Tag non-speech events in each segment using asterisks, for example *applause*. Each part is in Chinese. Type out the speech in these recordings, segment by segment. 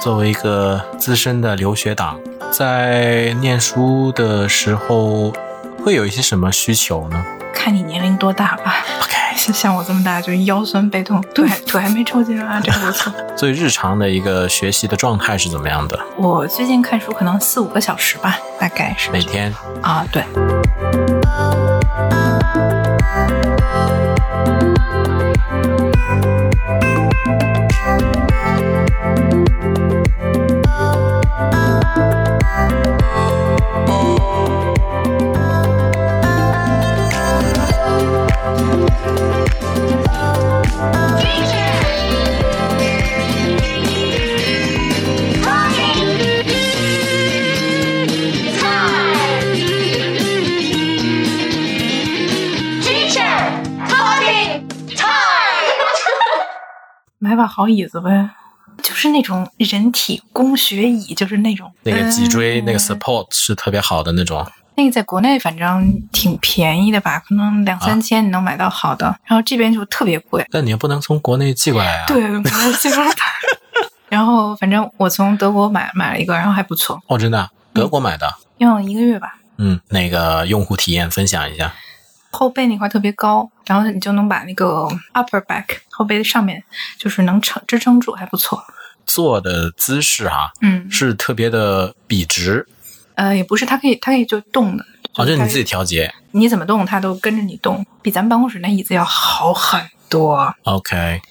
作为一个资深的留学党，在念书的时候会有一些什么需求呢看你年龄多大吧。 *laughs* ？OK，像像我这么大，就腰酸背痛，腿还腿还没抽筋啊，这个不错。最日常的一个学习的状态是怎么样的？ *laughs* 我最近看书可能四五个小时吧，大概是每天啊，对， Teacher talking time. *laughs* 买把好椅子呗，就是那种人体工学椅，就是那种那个脊椎、那个嗯 support 是特别好的那种。那个在国内反正挺便宜的吧，可能两啊三千你能买到好的，然后这边就特别贵。但你又不能从国内寄过来啊。对，我要接受 *laughs* 它。然后反正我从德国买买了一个，然后还不错，哦，真的啊，德国买的。用了一个月吧。嗯，那个用户体验分享一下。后背那块特别高，然后你就能把那个 upper back 后背的上面就是能撑支撑住，还不错。坐的姿势哈、嗯，是特别的笔直，呃，也不是，它可以它可以就动的，好、哦就就是它你自己调节。你怎么动它都跟着你动，比咱们办公室那椅子要好很多。 OK，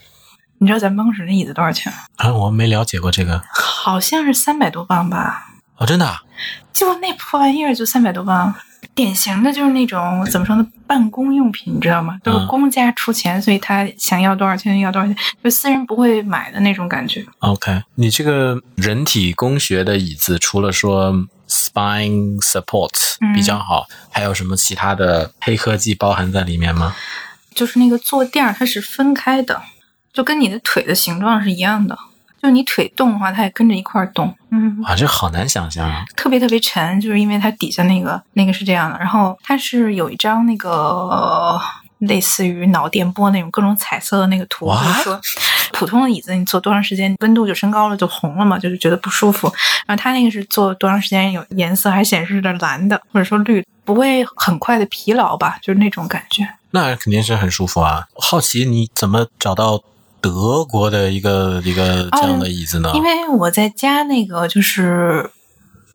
你知道咱们办公室那椅子多少钱吗？啊，我没了解过这个。好像是三百多镑吧。哦，真的、啊，就那破玩意儿就三百多万，典型的就是那种怎么说呢，办公用品，你知道吗？都是嗯公家出钱，所以他想要多少钱就要多少钱，就私人不会买的那种感觉。 OK，你这个人体工学的椅子，除了说 spine support 嗯比较好，还有什么其他的黑科技包含在里面吗？就是那个坐垫儿，它是分开的，就跟你的腿的形状是一样的。就你腿动的话，它也跟着一块儿动。嗯，啊，这好难想象啊！特别特别沉，就是因为它底下那个那个是这样的。然后它是有一张那个、呃类似于脑电波那种各种彩色的那个图，就 What？是说普通的椅子你坐多长时间，温度就升高了就红了嘛，就是觉得不舒服。然后它那个是坐多长时间有颜色还显示着蓝的或者说绿的，不会很快的疲劳吧，就是那种感觉。那肯定是很舒服啊。好奇你怎么找到德国的一个一个这样的椅子呢？哦因为我在家那个就是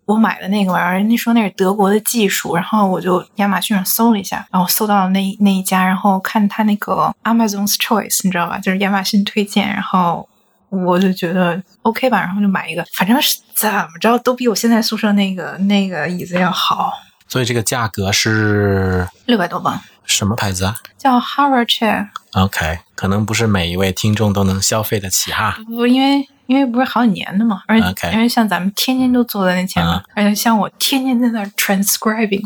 我买的那个玩意儿，人家说那是德国的技术，然后我就亚马逊上搜了一下，然后搜到了那那一家，然后看他那个 Amazon's Choice，你知道吧？就是亚马逊推荐，然后我就觉得 OK 吧，然后就买一个，反正是怎么着都比我现在宿舍那个那个椅子要好，所以这个价格是六百多镑，什么牌子啊叫 Harvard Chair， ？OK，可能不是每一位听众都能消费得起哈。不，因为因为不是好几年的嘛，而且 OK 因为像咱们天天都坐在那前面，啊而且像我天天在那儿 transcribing，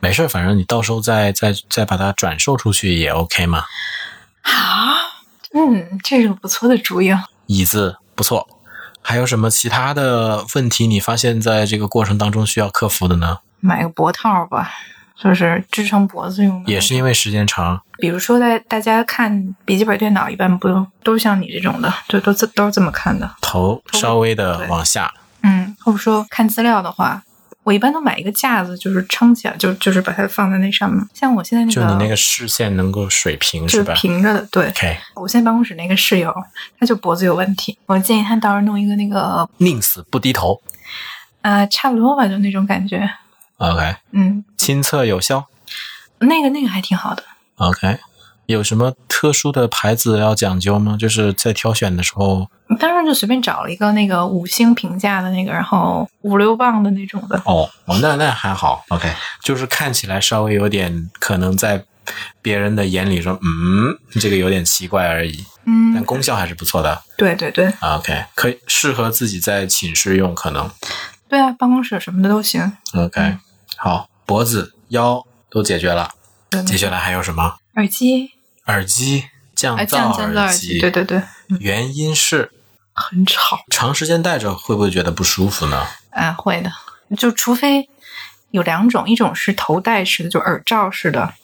没事儿，反正你到时候再再再把它转售出去也 OK 嘛。啊，嗯，这是个不错的主意啊。椅子不错。还有什么其他的问题？你发现在这个过程当中需要克服的呢？买个脖套吧，就是支撑脖子用的。也是，因为时间长，比如说在大家看笔记本电脑，一般不都都像你这种的，就都这都是这么看的。头头稍微的对往下。嗯，或者说看资料的话，我一般都买一个架子，就是撑起来，就就是把它放在那上面。像我现在那个，就你那个视线能够水平就是是吧平着的，对。 ？OK，我现在办公室那个室友，他就脖子有问题，我建议他到时候弄一个那个，宁死不低头。呃，差不多吧，就那种感觉， OK，嗯，亲测有效。那个那个还挺好的。 OK，有什么特殊的牌子要讲究吗？就是在挑选的时候，当时就随便找了一个那个五星评价的那个，然后五六磅的那种的。哦，哦那那还好。OK，就是看起来稍微有点可能在别人的眼里说，嗯，这个有点奇怪而已，但嗯，功效还是不错的。对对对，啊 OK，可以适合自己在寝室用，可能对啊，办公室什么的都行。 OK、嗯好，脖子、腰都解决了，对接下来还有什么？耳机，耳机降哎，噪降降噪耳机，对对对，原因是很吵长时间戴着会不会觉得不舒服呢？啊，会的。就除非有两种，一种是头戴式的，就耳罩式的。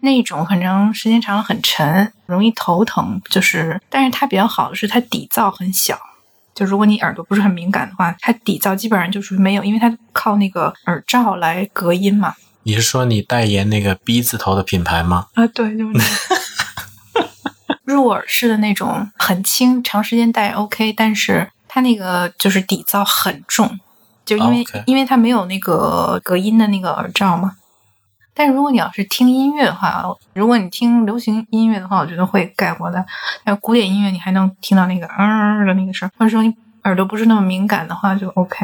那种可能时间长了很沉，容易头疼，就是，但是它比较好的是它底噪很小，就如果你耳朵不是很敏感的话，它底噪基本上就是没有，因为它靠那个耳罩来隔音嘛。你是说你代言那个 B 字头的品牌吗？啊，对，就是那个 *laughs* 入耳式的那种，很轻，长时间戴 OK，但是它那个就是底噪很重，就因为 OK 因为它没有那个隔音的那个耳罩嘛。但如果你要是听音乐的话，如果你听流行音乐的话，我觉得会盖过的。还有古典音乐，你还能听到那个嗯、的那个声儿，或者说你耳朵不是那么敏感的话，就 OK。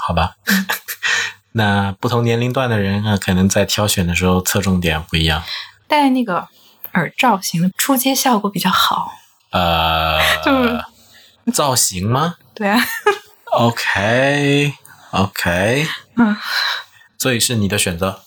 好吧，嗯 *laughs* 那不同年龄段的人啊，可能在挑选的时候侧重点不一样。戴那个耳罩型的出街效果比较好。 *laughs* 呃，就是造型吗对啊， ？OK OK，嗯，所以是你的选择，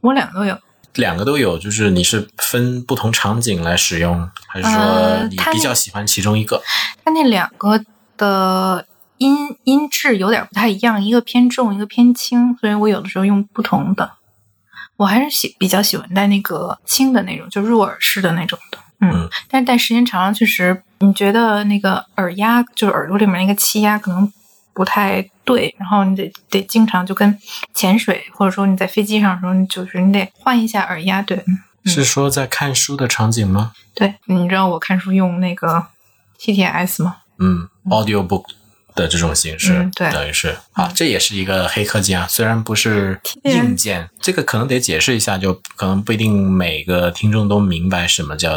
我两个都有。两个都有，就是你是分不同场景来使用，还是说呃你它那比较喜欢其中一个？它那两个的音音质有点不太一样，一个偏重，一个偏轻，所以我有的时候用不同的。我还是喜比较喜欢戴那个轻的那种，就入耳式的那种的。嗯，嗯但是戴时间长了，确实你觉得那个耳压，就是耳朵里面那个气压可能不太对，然后你得得经常就跟潜水，或者说你在飞机上的时候，你就是你得换一下耳压。对，嗯是说在看书的场景吗？对，你知道我看书用那个 TTS 吗？嗯，audiobook 的这种形式，嗯对等于是啊，这也是一个黑科技啊，虽然不是硬件，这个可能得解释一下，就可能不一定每个听众都明白什么叫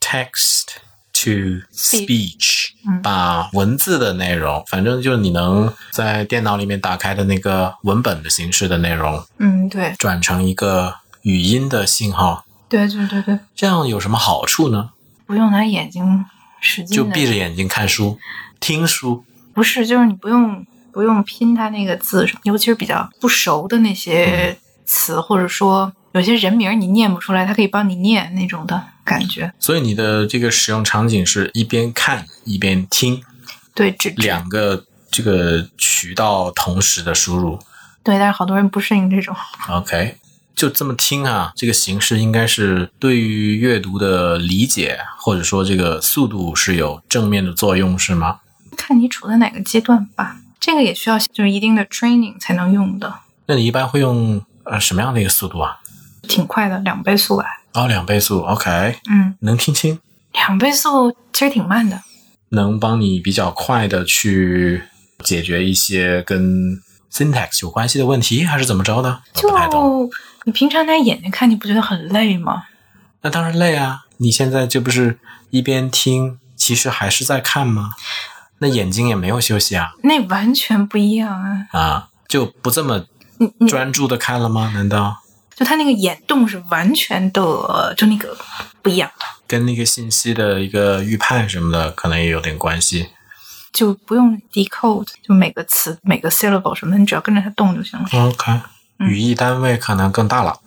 TTS，text to speech，嗯把文字的内容，反正就是你能在电脑里面打开的那个文本的形式的内容，嗯，对，转成一个语音的信号，对对对对。这样有什么好处呢？不用拿眼睛使劲，就闭着，眼睛看书，听书。不是，就是你不用不用拼它那个字什么，尤其是比较不熟的那嗯些词，或者说有些人名儿你念不出来，它可以帮你念那种的感觉。所以你的这个使用场景是一边看一边听，对，只两个这个渠道同时的输入。对，但是好多人不适应这种。 OK，就这么听啊，这个形式应该是对于阅读的理解或者说这个速度是有正面的作用，是吗？看你处在哪个阶段吧，这个也需要就是一定的 training 才能用的，那你一般会用呃什么样的一个速度啊？挺快的，两倍速吧。哦，两倍速，OK，嗯，能听清，两倍速其实挺慢的。能帮你比较快的去解决一些跟 syntax 有关系的问题，还是怎么着呢？我就不太懂。你平常拿眼睛看，你不觉得很累吗？那当然累啊！你现在这不是一边听，其实还是在看吗？那眼睛也没有休息啊那完全不一样啊！啊，就不这么你你专注的看了吗？难道就他那个眼动是完全的，就那个不一样，跟那个信息的一个预判什么的，可能也有点关系？就不用 decode，就每个词每个 syllable 什么的，你只要跟着它动就行了。 OK，嗯语义单位可能更大了，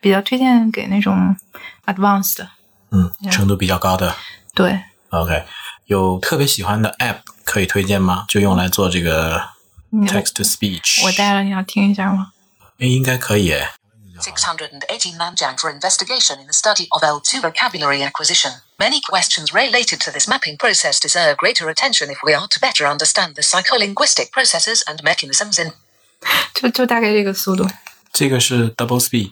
比较推荐给那种 advanced 的，嗯，嗯程度比较高的。对， OK，有特别喜欢的 App 可以推荐吗？就用来做这个你 text to speech。嗯我带了，你要听一下吗？哎，应该可以诶。 689 Jantra investigation in the study of L2 vocabulary acquisition. Many questions related to this mapping process deserve greater attention if we are to better understand the psycholinguistic processes and mechanisms in 就就大概这个速度这个是 double speed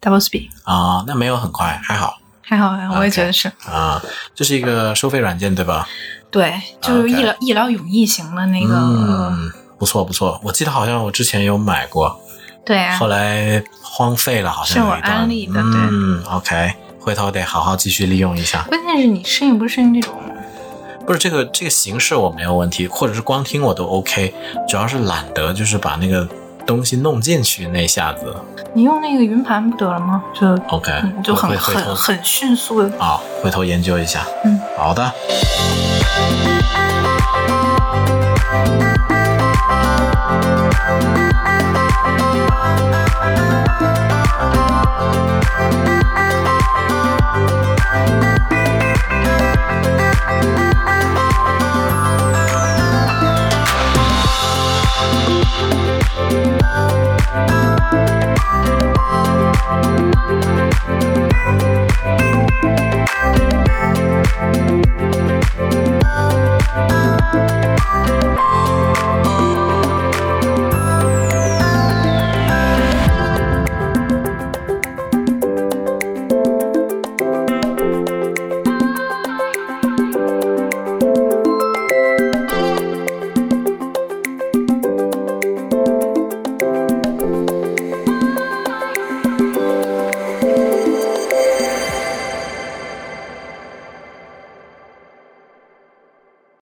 ，double speed，啊，那没有很快，还好。还好还好，我也觉得是啊，这是一个收费软件对吧？对，就啊是 OK 一劳一劳永逸型的那个，嗯，不错不错，我记得好像我之前有买过，对啊后，来荒废了，好像是我有一段安利的对嗯，OK，回头得好好继续利用一下。关键是你适应不适应这种，不是这个这个形式我没有问题，或者是光听我都 OK，主要是懒得就是把那个东西弄进去那一下子你用那个云盘不得了吗？就 OK，嗯就哦很会回头很很迅速的啊、回头研究一下。嗯，好的。